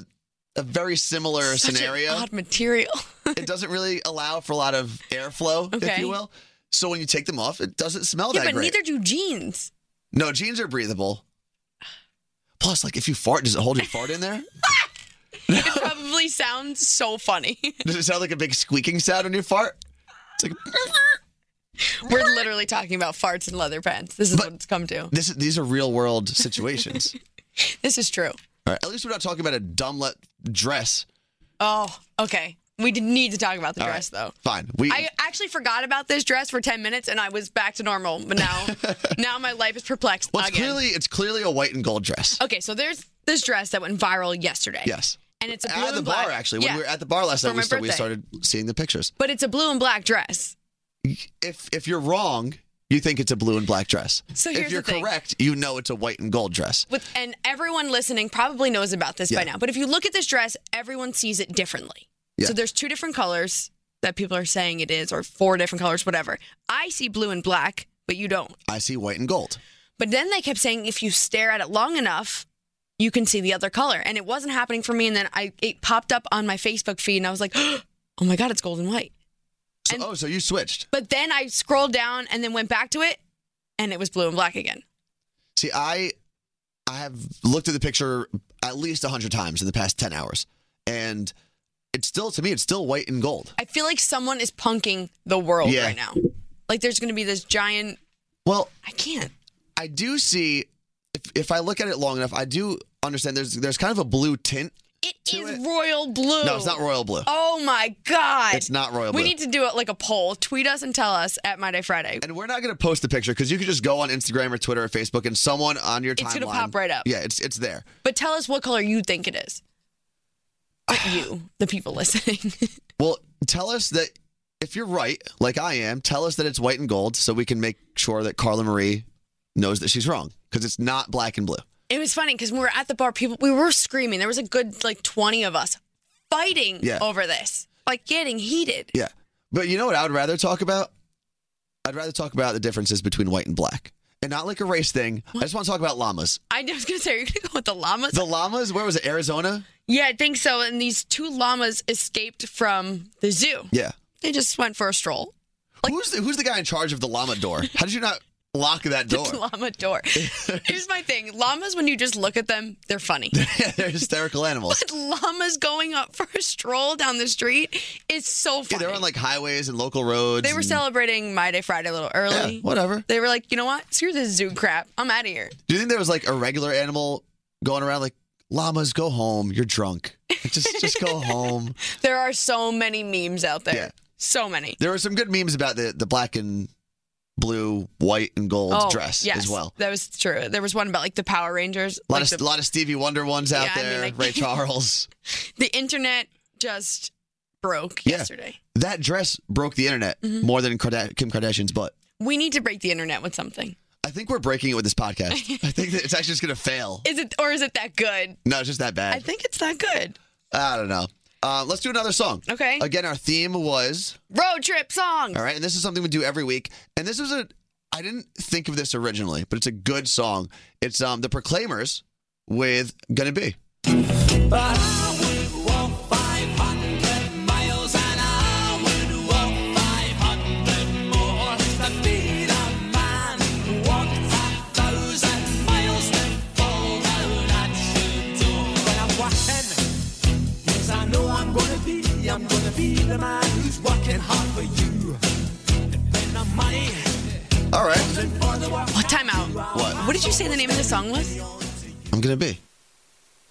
Speaker 5: a very similar
Speaker 6: Such
Speaker 5: scenario.
Speaker 6: An odd
Speaker 5: (laughs)
Speaker 6: material.
Speaker 5: It doesn't really allow for a lot of airflow, if
Speaker 6: Okay.
Speaker 5: you will. So when you take them off, it doesn't smell
Speaker 6: yeah,
Speaker 5: that
Speaker 6: but
Speaker 5: great.
Speaker 6: neither do
Speaker 5: (laughs)
Speaker 6: jeans.
Speaker 5: No, jeans are breathable. Plus, like if you fart, does it hold your fart in there?
Speaker 6: It probably sounds so funny. (laughs)
Speaker 5: Does it sound like a big squeaking sound when you fart? It's like
Speaker 6: We're literally talking about farts and leather pants. This is what it's come to.
Speaker 5: this. These are real world situations.
Speaker 6: This is true.
Speaker 5: All right, at least we're not talking about a dumb let dress.
Speaker 6: Oh, okay. We did need to talk about the dress, though.
Speaker 5: Fine. We
Speaker 6: I actually forgot about this dress for 10 minutes and I was back to normal. But
Speaker 5: (laughs)
Speaker 6: now, now my life is perplexed
Speaker 5: well, it's
Speaker 6: again.
Speaker 5: clearly it's clearly a white and gold dress.
Speaker 6: okay, so there's this dress that went viral yesterday.
Speaker 5: Yes.
Speaker 6: And it's a blue
Speaker 5: At the
Speaker 6: and
Speaker 5: bar,
Speaker 6: black.
Speaker 5: actually, when
Speaker 6: Yeah.
Speaker 5: we were at the bar last
Speaker 6: For
Speaker 5: night, we,
Speaker 6: my
Speaker 5: sta- we
Speaker 6: birthday.
Speaker 5: started seeing the pictures.
Speaker 6: But it's a blue and black dress.
Speaker 5: If if you're wrong, you think it's a blue and black dress.
Speaker 6: So
Speaker 5: if
Speaker 6: here's
Speaker 5: you're
Speaker 6: the thing.
Speaker 5: correct, you know it's a white and gold dress.
Speaker 6: With, and everyone listening probably knows about this by
Speaker 5: Yeah.
Speaker 6: now. But if you look at this dress, everyone sees it differently.
Speaker 5: Yeah.
Speaker 6: So there's two different colors that people are saying it is, or four different colors, whatever. I see blue and black, but you don't.
Speaker 5: I see white and gold.
Speaker 6: But then they kept saying if you stare at it long enough, you can see the other color. And it wasn't happening for me. And then I it popped up on my Facebook feed and I was like, (gasps) oh my God, it's gold and white.
Speaker 5: So,
Speaker 6: And-
Speaker 5: oh, so you switched.
Speaker 6: But then I scrolled down and then went back to it and it was blue and black again.
Speaker 5: See, I I have looked at the picture at least hundred times in the past ten hours, and it's still to me it's still white and gold.
Speaker 6: I feel like someone is punking the world
Speaker 5: Yeah.
Speaker 6: right now. Like there's gonna be this giant
Speaker 5: Well,
Speaker 6: I can't.
Speaker 5: I do see if if I look at it long enough, I do understand. There's there's kind of a blue tint.
Speaker 6: It
Speaker 5: To
Speaker 6: is
Speaker 5: it-
Speaker 6: royal blue.
Speaker 5: No, it's not royal blue.
Speaker 6: Oh my god.
Speaker 5: It's not royal
Speaker 6: We
Speaker 5: blue.
Speaker 6: need to do it like a poll. Tweet us and tell us at My Day Friday.
Speaker 5: And we're not going to post the picture because you could just go on Instagram or Twitter or Facebook, and someone on your timeline.
Speaker 6: It's gonna pop right up.
Speaker 5: Yeah, it's it's there.
Speaker 6: But tell us what color you think it is. (sighs) Not you, the people listening. (laughs)
Speaker 5: Well, tell us that if you're right, like I am, tell us that it's white and gold, so we can make sure that Carla Marie knows that she's wrong because it's not black and blue.
Speaker 6: it was funny because when we were at the bar, people we were screaming. There was a good like twenty of us fighting
Speaker 5: Yeah.
Speaker 6: over this, like getting heated.
Speaker 5: Yeah, but you know what? I would rather talk about. I'd rather talk about the differences between white and black, and not like a race thing. I just want to talk about llamas.
Speaker 6: I was gonna say, are you gonna go with the llamas?
Speaker 5: The llamas. Where was it? Arizona.
Speaker 6: yeah, I think so. And these two llamas escaped from the zoo.
Speaker 5: Yeah.
Speaker 6: They just went for a stroll. (laughs)
Speaker 5: who's the, who's the guy in charge of the llama door? How did you not lock that door?
Speaker 6: The llama (laughs) door. Here's my thing: llamas. When you just look at them, they're (laughs) funny.
Speaker 5: (laughs) They're hysterical animals.
Speaker 6: But llamas going up for a stroll down the street is so
Speaker 5: Yeah,
Speaker 6: funny.
Speaker 5: they're on like highways and local roads.
Speaker 6: They were
Speaker 5: and-
Speaker 6: celebrating My Day Friday a little
Speaker 5: Mm-hmm. Yeah,
Speaker 6: early.
Speaker 5: whatever.
Speaker 6: They were like, you know what? Screw this zoo crap. I'm out of here.
Speaker 5: Do you think there was like a regular animal going around like llamas? Go home. You're drunk. Like, Just
Speaker 6: (laughs)
Speaker 5: just go home.
Speaker 6: There are so many memes out there.
Speaker 5: Yeah.
Speaker 6: So many.
Speaker 5: There were some good memes about the the black and blue, white and gold dress
Speaker 6: Oh, yes,
Speaker 5: as well.
Speaker 6: That was true. There was one about like the Power Rangers.
Speaker 5: A lot
Speaker 6: like
Speaker 5: of
Speaker 6: the,
Speaker 5: lot of Stevie Wonder ones out
Speaker 6: Yeah, I mean,
Speaker 5: there.
Speaker 6: like- (laughs)
Speaker 5: Ray Charles.
Speaker 6: the internet just broke
Speaker 5: Yeah.
Speaker 6: yesterday.
Speaker 5: That dress broke the internet
Speaker 6: Mm-hmm.
Speaker 5: more than Karda- Kim Kardashian's butt.
Speaker 6: We need to break the internet with something.
Speaker 5: I think we're breaking it with this
Speaker 6: (laughs)
Speaker 5: podcast. I think that it's actually just gonna fail.
Speaker 6: Is it or is it that good?
Speaker 5: No, it's just that bad.
Speaker 6: I think it's that good.
Speaker 5: I don't know. Uh, let's do another song.
Speaker 6: Okay.
Speaker 5: Again, our theme was
Speaker 6: Road trip songs.
Speaker 5: all right, and this is something we do every week. And this was a I didn't think of this originally, but it's a good song. It's um the Proclaimers with "Gonna Be." All right,
Speaker 6: What time out?
Speaker 5: what?
Speaker 6: What did you say the name of the song was?
Speaker 5: I'm gonna be.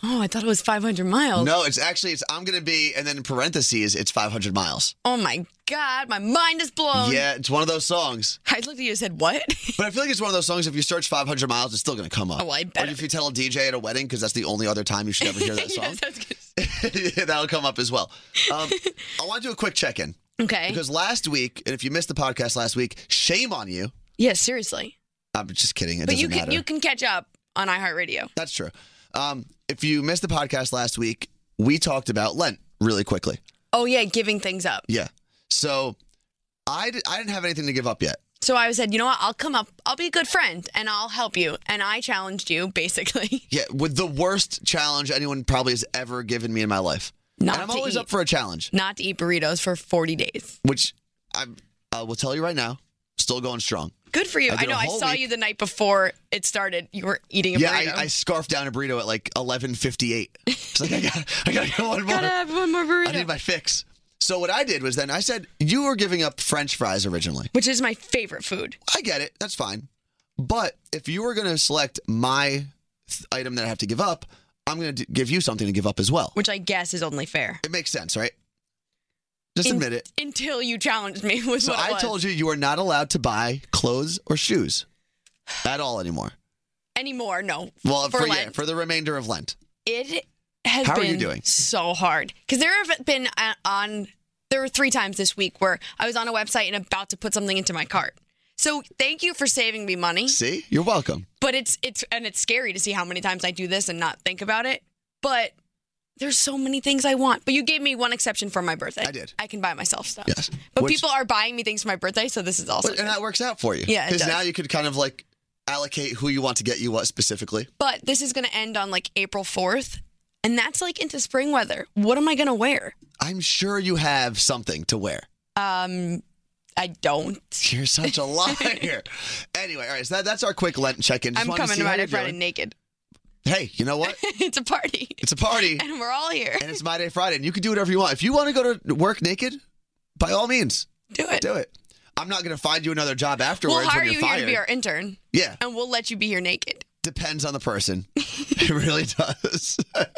Speaker 6: Oh, I thought it was 500 miles.
Speaker 5: No, it's actually it's I'm gonna be, and then in parentheses it's 500 miles.
Speaker 6: Oh my God, my mind is blown.
Speaker 5: yeah, it's one of those songs.
Speaker 6: I looked at you and said, what? (laughs)
Speaker 5: But I feel like it's one of those songs. If you search 500 miles, it's still gonna come up.
Speaker 6: Oh, I
Speaker 5: Or
Speaker 6: bet.
Speaker 5: if you tell a DJ at a wedding, because that's the only other time you should
Speaker 6: (laughs)
Speaker 5: ever hear that (laughs)
Speaker 6: Yes,
Speaker 5: song,
Speaker 6: I was gonna say.
Speaker 5: (laughs) that'll come up as well.
Speaker 6: (laughs)
Speaker 5: Um, I want to do a quick check-in.
Speaker 6: okay.
Speaker 5: Because last week, and if you missed the podcast last week, shame on you.
Speaker 6: yeah, seriously.
Speaker 5: I'm just kidding. It
Speaker 6: But
Speaker 5: doesn't
Speaker 6: you can
Speaker 5: matter.
Speaker 6: you can catch up on iHeartRadio.
Speaker 5: That's true. Um, if you missed the podcast last week, we talked about Lent really quickly.
Speaker 6: Oh yeah, giving things up.
Speaker 5: Yeah. So I d- I didn't have anything to give up yet.
Speaker 6: So I said, you know what? I'll come up. I'll be a good friend and I'll help you. And I challenged you basically. (laughs)
Speaker 5: Yeah, with the worst challenge anyone probably has ever given me in my life.
Speaker 6: Not
Speaker 5: and I'm
Speaker 6: to
Speaker 5: always
Speaker 6: eat.
Speaker 5: up for a challenge,
Speaker 6: Not to eat burritos for 40 days.
Speaker 5: which I I will tell you right now, still going strong.
Speaker 6: Good for you.
Speaker 5: I
Speaker 6: I,
Speaker 5: did
Speaker 6: know.
Speaker 5: a
Speaker 6: I
Speaker 5: whole
Speaker 6: saw
Speaker 5: week.
Speaker 6: you the night before it started. You were eating a
Speaker 5: Yeah,
Speaker 6: burrito.
Speaker 5: I, I scarfed down a burrito at like 11:58. (laughs) It's like I got I got to go one more.
Speaker 6: gotta have one more burrito.
Speaker 5: I need my fix. So what I did was then I said you were giving up French fries originally.
Speaker 6: which is my favorite food.
Speaker 5: I get it. That's fine. But if you were going to select my th- item that I have to give up, I'm going to d- give you something to give up as well.
Speaker 6: Which I guess is only fair.
Speaker 5: It makes sense, right? Just
Speaker 6: in-
Speaker 5: admit it.
Speaker 6: Until you challenged me (laughs) with
Speaker 5: So
Speaker 6: what it
Speaker 5: I
Speaker 6: was.
Speaker 5: told you you are not allowed to buy clothes or shoes at all anymore.
Speaker 6: Anymore, no.
Speaker 5: Well, for, yeah,
Speaker 6: Lent.
Speaker 5: for the remainder of Lent.
Speaker 6: it has
Speaker 5: How are
Speaker 6: been
Speaker 5: you doing?
Speaker 6: so hard because there have been uh, on there were three times this week where I was on a website and about to put something into my cart. So thank you for saving me money,
Speaker 5: See, you're welcome.
Speaker 6: but it's it's and it's scary to see how many times I do this and not think about it. But there's so many things I want. But you gave me one exception for my birthday.
Speaker 5: I did.
Speaker 6: I can buy myself stuff.
Speaker 5: Yes.
Speaker 6: But
Speaker 5: Which-
Speaker 6: people are buying me things for my birthday, so this is also.
Speaker 5: But- uh, and
Speaker 6: good.
Speaker 5: that works out for you.
Speaker 6: Yeah, it
Speaker 5: Because
Speaker 6: does.
Speaker 5: now you could kind of like allocate who you want to get you what specifically.
Speaker 6: but this is going to end on like April 4th, and that's like into spring weather. What am I going to wear?
Speaker 5: I'm sure you have something to wear.
Speaker 6: Um, I don't.
Speaker 5: You're
Speaker 6: (laughs)
Speaker 5: such a liar. anyway, all right. So that, that's our quick Lent check-in. Just
Speaker 6: I'm
Speaker 5: wanted
Speaker 6: coming
Speaker 5: to see
Speaker 6: to
Speaker 5: how
Speaker 6: Friday,
Speaker 5: you're
Speaker 6: Friday
Speaker 5: doing.
Speaker 6: naked. (laughs)
Speaker 5: Hey, you know what?
Speaker 6: it's a party,
Speaker 5: It's a party,
Speaker 6: (laughs) and we're all here.
Speaker 5: and it's my day Friday, and you can do whatever you want. If you want to go to work naked, by all means,
Speaker 6: Do it.
Speaker 5: do it. I'm not going to find you another job afterwards
Speaker 6: We'll hire you
Speaker 5: when you're
Speaker 6: here
Speaker 5: fired.
Speaker 6: to be our intern,
Speaker 5: yeah,
Speaker 6: and we'll let you be here naked.
Speaker 5: depends on
Speaker 6: (laughs)
Speaker 5: the person. it really does. (laughs)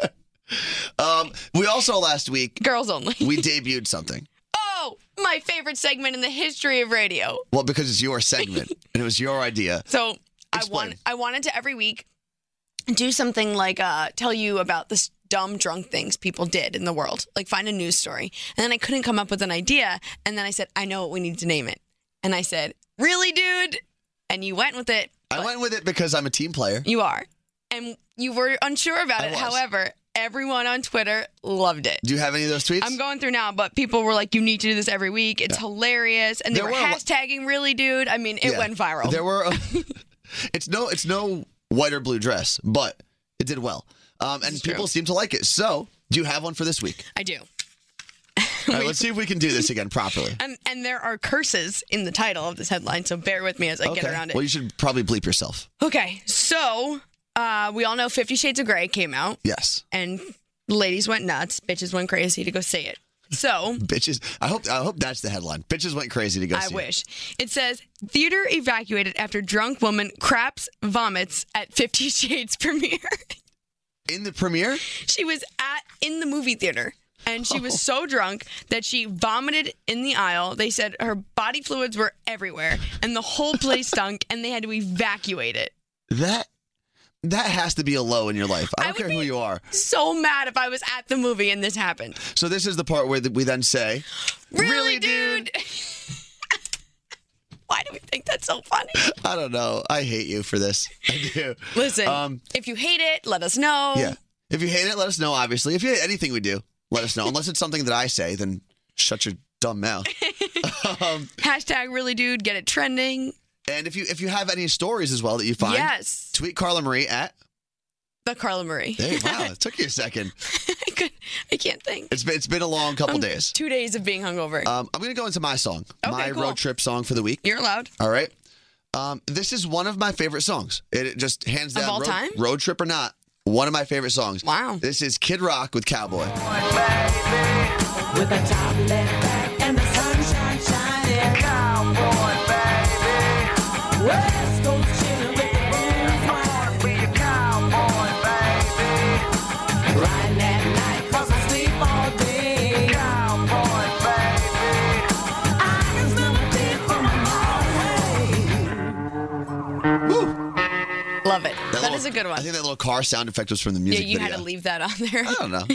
Speaker 5: um, we also last week
Speaker 6: Girls only.
Speaker 5: we debuted something.
Speaker 6: (laughs) oh, my favorite segment in the history of radio.
Speaker 5: Well, because it's your segment and it was your idea.
Speaker 6: So I
Speaker 5: Explain.
Speaker 6: want I wanted to every week do something like uh, tell you about this dumb drunk things people did in the world, like find a news story. And then I couldn't come up with an idea, and then I said I know what we need to name it, and I said really, dude, and you went with it.
Speaker 5: I went with it because I'm a team player.
Speaker 6: You are. And you were unsure about
Speaker 5: I
Speaker 6: it.
Speaker 5: was.
Speaker 6: However, everyone on Twitter loved it.
Speaker 5: Do you have any of those tweets?
Speaker 6: I'm going through now, but people were like, you need to do this every week. It's hilarious. And they
Speaker 5: There
Speaker 6: were,
Speaker 5: were a lo-
Speaker 6: hashtagging really, dude. I mean, it
Speaker 5: Yeah.
Speaker 6: went viral.
Speaker 5: There were. uh,
Speaker 6: (laughs)
Speaker 5: (laughs) it's no. It's no white or blue dress, but it did well, um, and people seem to like it. So, do you have one for
Speaker 6: (laughs)
Speaker 5: this week?
Speaker 6: I do.
Speaker 5: All right, let's see if we can do this again properly.
Speaker 6: And, and there are curses in the title of this headline, so bear with me as I (laughs) get around it.
Speaker 5: Well, you should probably bleep yourself.
Speaker 6: okay, so uh, we all know Fifty Shades of Grey came out,
Speaker 5: Yes,
Speaker 6: and ladies went nuts, bitches went crazy to go see it. So
Speaker 5: bitches. I hope. I hope that's the headline. Bitches went crazy to go.
Speaker 6: I
Speaker 5: see it.
Speaker 6: wish. It says theater evacuated after drunk woman craps vomits at Fifty (laughs) Shades premiere.
Speaker 5: in the premiere.
Speaker 6: she was at in the movie theater and she was so drunk that she vomited in the aisle. They said her body fluids were everywhere and the whole (laughs) place stunk and they had to evacuate it.
Speaker 5: That that has to be a low in your life. I
Speaker 6: I
Speaker 5: don't
Speaker 6: would
Speaker 5: care who
Speaker 6: be-
Speaker 5: you are.
Speaker 6: So mad if I was at the movie and this happened.
Speaker 5: So this is the part where th- we then say,
Speaker 6: Really, dude? (laughs) Why do we think that's so funny?
Speaker 5: I don't know. I hate you for this. I do.
Speaker 6: Listen, Um,
Speaker 5: Um,
Speaker 6: if you hate it, let us know.
Speaker 5: Yeah. If you hate it, let us know. Obviously, if you hate anything we do, let us know. Unless it's something that I say, then shut your dumb
Speaker 6: (laughs)
Speaker 5: mouth. um,
Speaker 6: Hashtag really dude, get it trending.
Speaker 5: and if you if you have any stories as well that you find,
Speaker 6: Yes.
Speaker 5: tweet Carla Marie at.
Speaker 6: The Carla Marie.
Speaker 5: Hey, wow, it took you a second.
Speaker 6: (laughs) I, could, I can't think.
Speaker 5: It's been it's been a long
Speaker 6: Um,
Speaker 5: couple days.
Speaker 6: Two days of being hungover.
Speaker 5: Um, I'm gonna go into my song,
Speaker 6: Okay,
Speaker 5: my
Speaker 6: cool.
Speaker 5: road trip song for the week.
Speaker 6: You're allowed.
Speaker 5: All right. Um, this is one of my favorite songs. It, it just hands
Speaker 6: Of
Speaker 5: down,
Speaker 6: all
Speaker 5: road,
Speaker 6: time?
Speaker 5: road trip or not, one of my favorite songs.
Speaker 6: Wow.
Speaker 5: This is Kid Rock with Cowboy. Woo!
Speaker 6: Love it. That is
Speaker 5: little-
Speaker 6: a good one.
Speaker 5: I think that little car sound effect was from the
Speaker 6: Yeah,
Speaker 5: music
Speaker 6: you
Speaker 5: video.
Speaker 6: had to leave that on there.
Speaker 5: I
Speaker 6: (laughs)
Speaker 5: don't know.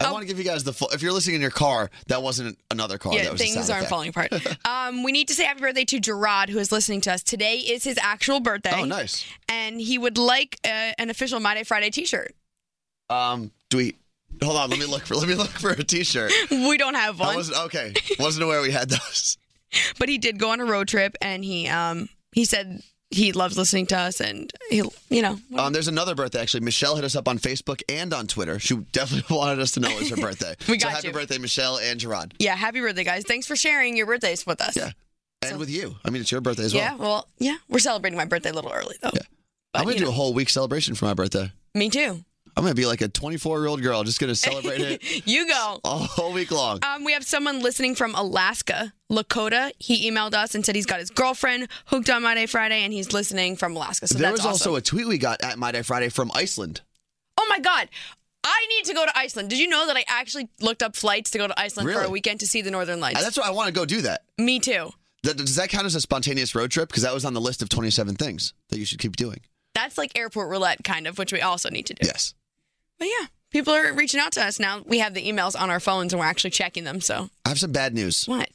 Speaker 5: I want to give you guys the full. If you're listening in your car, that wasn't another car. Oh, that
Speaker 6: Yeah,
Speaker 5: was the
Speaker 6: things
Speaker 5: sound
Speaker 6: aren't
Speaker 5: effect.
Speaker 6: falling apart.
Speaker 5: (laughs)
Speaker 6: um, we need to say happy birthday to Gerard, who is listening to us. Today is his actual birthday.
Speaker 5: Oh, nice.
Speaker 6: And he would like uh, an official My Day Friday t shirt.
Speaker 5: Um, do we? Hold on. Let me look for. Let me look for a T-shirt.
Speaker 6: We don't have (laughs)
Speaker 5: I
Speaker 6: one,
Speaker 5: wasn't okay. Wasn't aware we had those.
Speaker 6: but he did go on a road trip and he um, he said he loves listening to us and he, you know,
Speaker 5: Um, there's another birthday actually. Michelle hit us up on Facebook and on Twitter. She definitely (laughs) wanted us to know it was her birthday.
Speaker 6: (laughs) We
Speaker 5: so
Speaker 6: got
Speaker 5: happy
Speaker 6: you.
Speaker 5: birthday, Michelle and Gerard,
Speaker 6: yeah, happy birthday, guys. Thanks for sharing your birthdays with us.
Speaker 5: Yeah, and with you. I mean, it's your birthday as
Speaker 6: Yeah,
Speaker 5: well.
Speaker 6: well, yeah, we're celebrating my birthday a little early though.
Speaker 5: I'm gonna
Speaker 6: you
Speaker 5: do
Speaker 6: know.
Speaker 5: a whole week celebration for my birthday.
Speaker 6: Me too.
Speaker 5: I'm gonna be like a 24 year old girl, just gonna
Speaker 6: (laughs)
Speaker 5: celebrate it
Speaker 6: You go.
Speaker 5: all week long.
Speaker 6: Um, we have someone listening from Alaska, Lakota. He emailed us and said he's got his girlfriend hooked on My Day Friday, and he's listening from Alaska. So
Speaker 5: there
Speaker 6: that's
Speaker 5: was
Speaker 6: awesome.
Speaker 5: also a tweet we got at My Day Friday from Iceland.
Speaker 6: oh my god, I need to go to Iceland. Did you know that I actually looked up flights to go to Iceland for
Speaker 5: Really?
Speaker 6: a weekend to see the Northern Lights?
Speaker 5: And that's why I want to go do that.
Speaker 6: Me too.
Speaker 5: Th- Does that count as a spontaneous road trip? Because that was on the list of 27 things that you should keep doing.
Speaker 6: That's like airport roulette, kind of, which we also need to do.
Speaker 5: Yes.
Speaker 6: But yeah, people are reaching out to us now. We have the emails on our phones and we're actually checking them. So
Speaker 5: I have some bad news.
Speaker 6: what?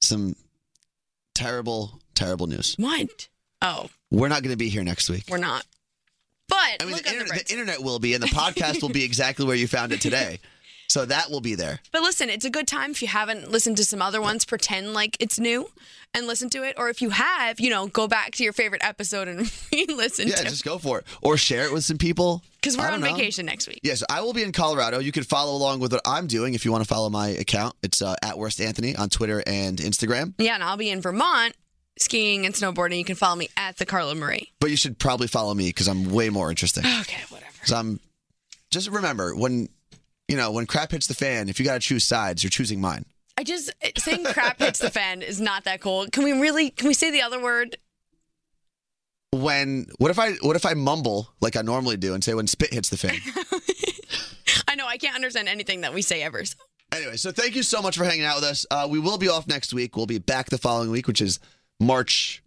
Speaker 5: Some terrible, terrible news.
Speaker 6: What? Oh,
Speaker 5: We're not going to be here next week.
Speaker 6: we're not. But
Speaker 5: I mean,
Speaker 6: look
Speaker 5: the,
Speaker 6: on the
Speaker 5: inter-
Speaker 6: bright
Speaker 5: the internet will be, and the podcast
Speaker 6: (laughs)
Speaker 5: will be exactly where you found it today. So that will be there.
Speaker 6: But listen, it's a good time if you haven't listened to some other ones, pretend like it's new and listen to it. Or if you have, you know, go back to your favorite episode and (laughs) re listen
Speaker 5: Yeah,
Speaker 6: to it.
Speaker 5: just go for it. Or share it with some people.
Speaker 6: Because we're
Speaker 5: I
Speaker 6: on
Speaker 5: don't know.
Speaker 6: vacation next week.
Speaker 5: Yes, I will be in Colorado. You can follow along with what I'm doing if you want to follow my account. It's uh, at Worst Anthony on Twitter and Instagram.
Speaker 6: Yeah, and I'll be in Vermont skiing and snowboarding. You can follow me at the Carla Marie.
Speaker 5: But you should probably follow me because I'm way more
Speaker 6: (sighs)
Speaker 5: interesting.
Speaker 6: Okay, whatever.
Speaker 5: So I'm just remember when you know when crap hits the fan. If you got to choose sides, you're choosing mine.
Speaker 6: I just saying crap hits the fan is not that cool. Can we really? Can we say the other word?
Speaker 5: When what if I what if I mumble like I normally do and say when spit hits the fan?
Speaker 6: I know I can't understand anything that we say ever. So.
Speaker 5: anyway, so thank you so much for hanging out with us. Uh, we will be off next week. We'll be back the following week, which is March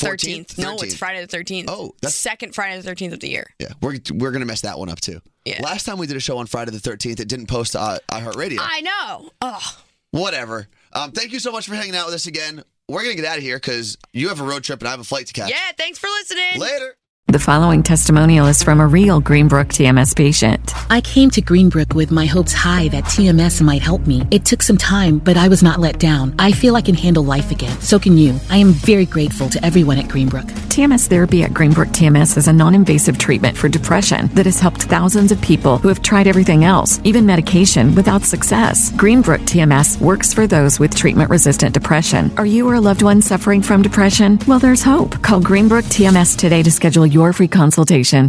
Speaker 5: 14th.
Speaker 6: Thirteenth. No, it's
Speaker 5: 13th.
Speaker 6: Friday the thirteenth.
Speaker 5: Oh, that's-
Speaker 6: second Friday the thirteenth of the year.
Speaker 5: Yeah, we're we're gonna mess that one up too.
Speaker 6: Yeah.
Speaker 5: Last time we did a show on Friday the 13th, it didn't post to uh, iHeartRadio.
Speaker 6: I know. Oh,
Speaker 5: Whatever. Um, thank you so much for hanging out with us again. We're gonna get out of here because you have a road trip and I have a flight to catch.
Speaker 6: yeah. Thanks for listening.
Speaker 5: Later.
Speaker 1: The following testimonial is from a real Greenbrook TMS patient.
Speaker 2: I came to Greenbrook with my hopes high that TMS might help me. It took some time, but I was not let down. I feel I can handle life again. So can you. I am very grateful to everyone at Greenbrook.
Speaker 1: TMS therapy at Greenbrook TMS is a non invasive treatment for depression that has helped thousands of people who have tried everything else, even medication, without success. Greenbrook TMS works for those with treatment resistant depression. Are you or a loved one suffering from depression? Well, there's hope. Call Greenbrook TMS today to schedule your free consultation.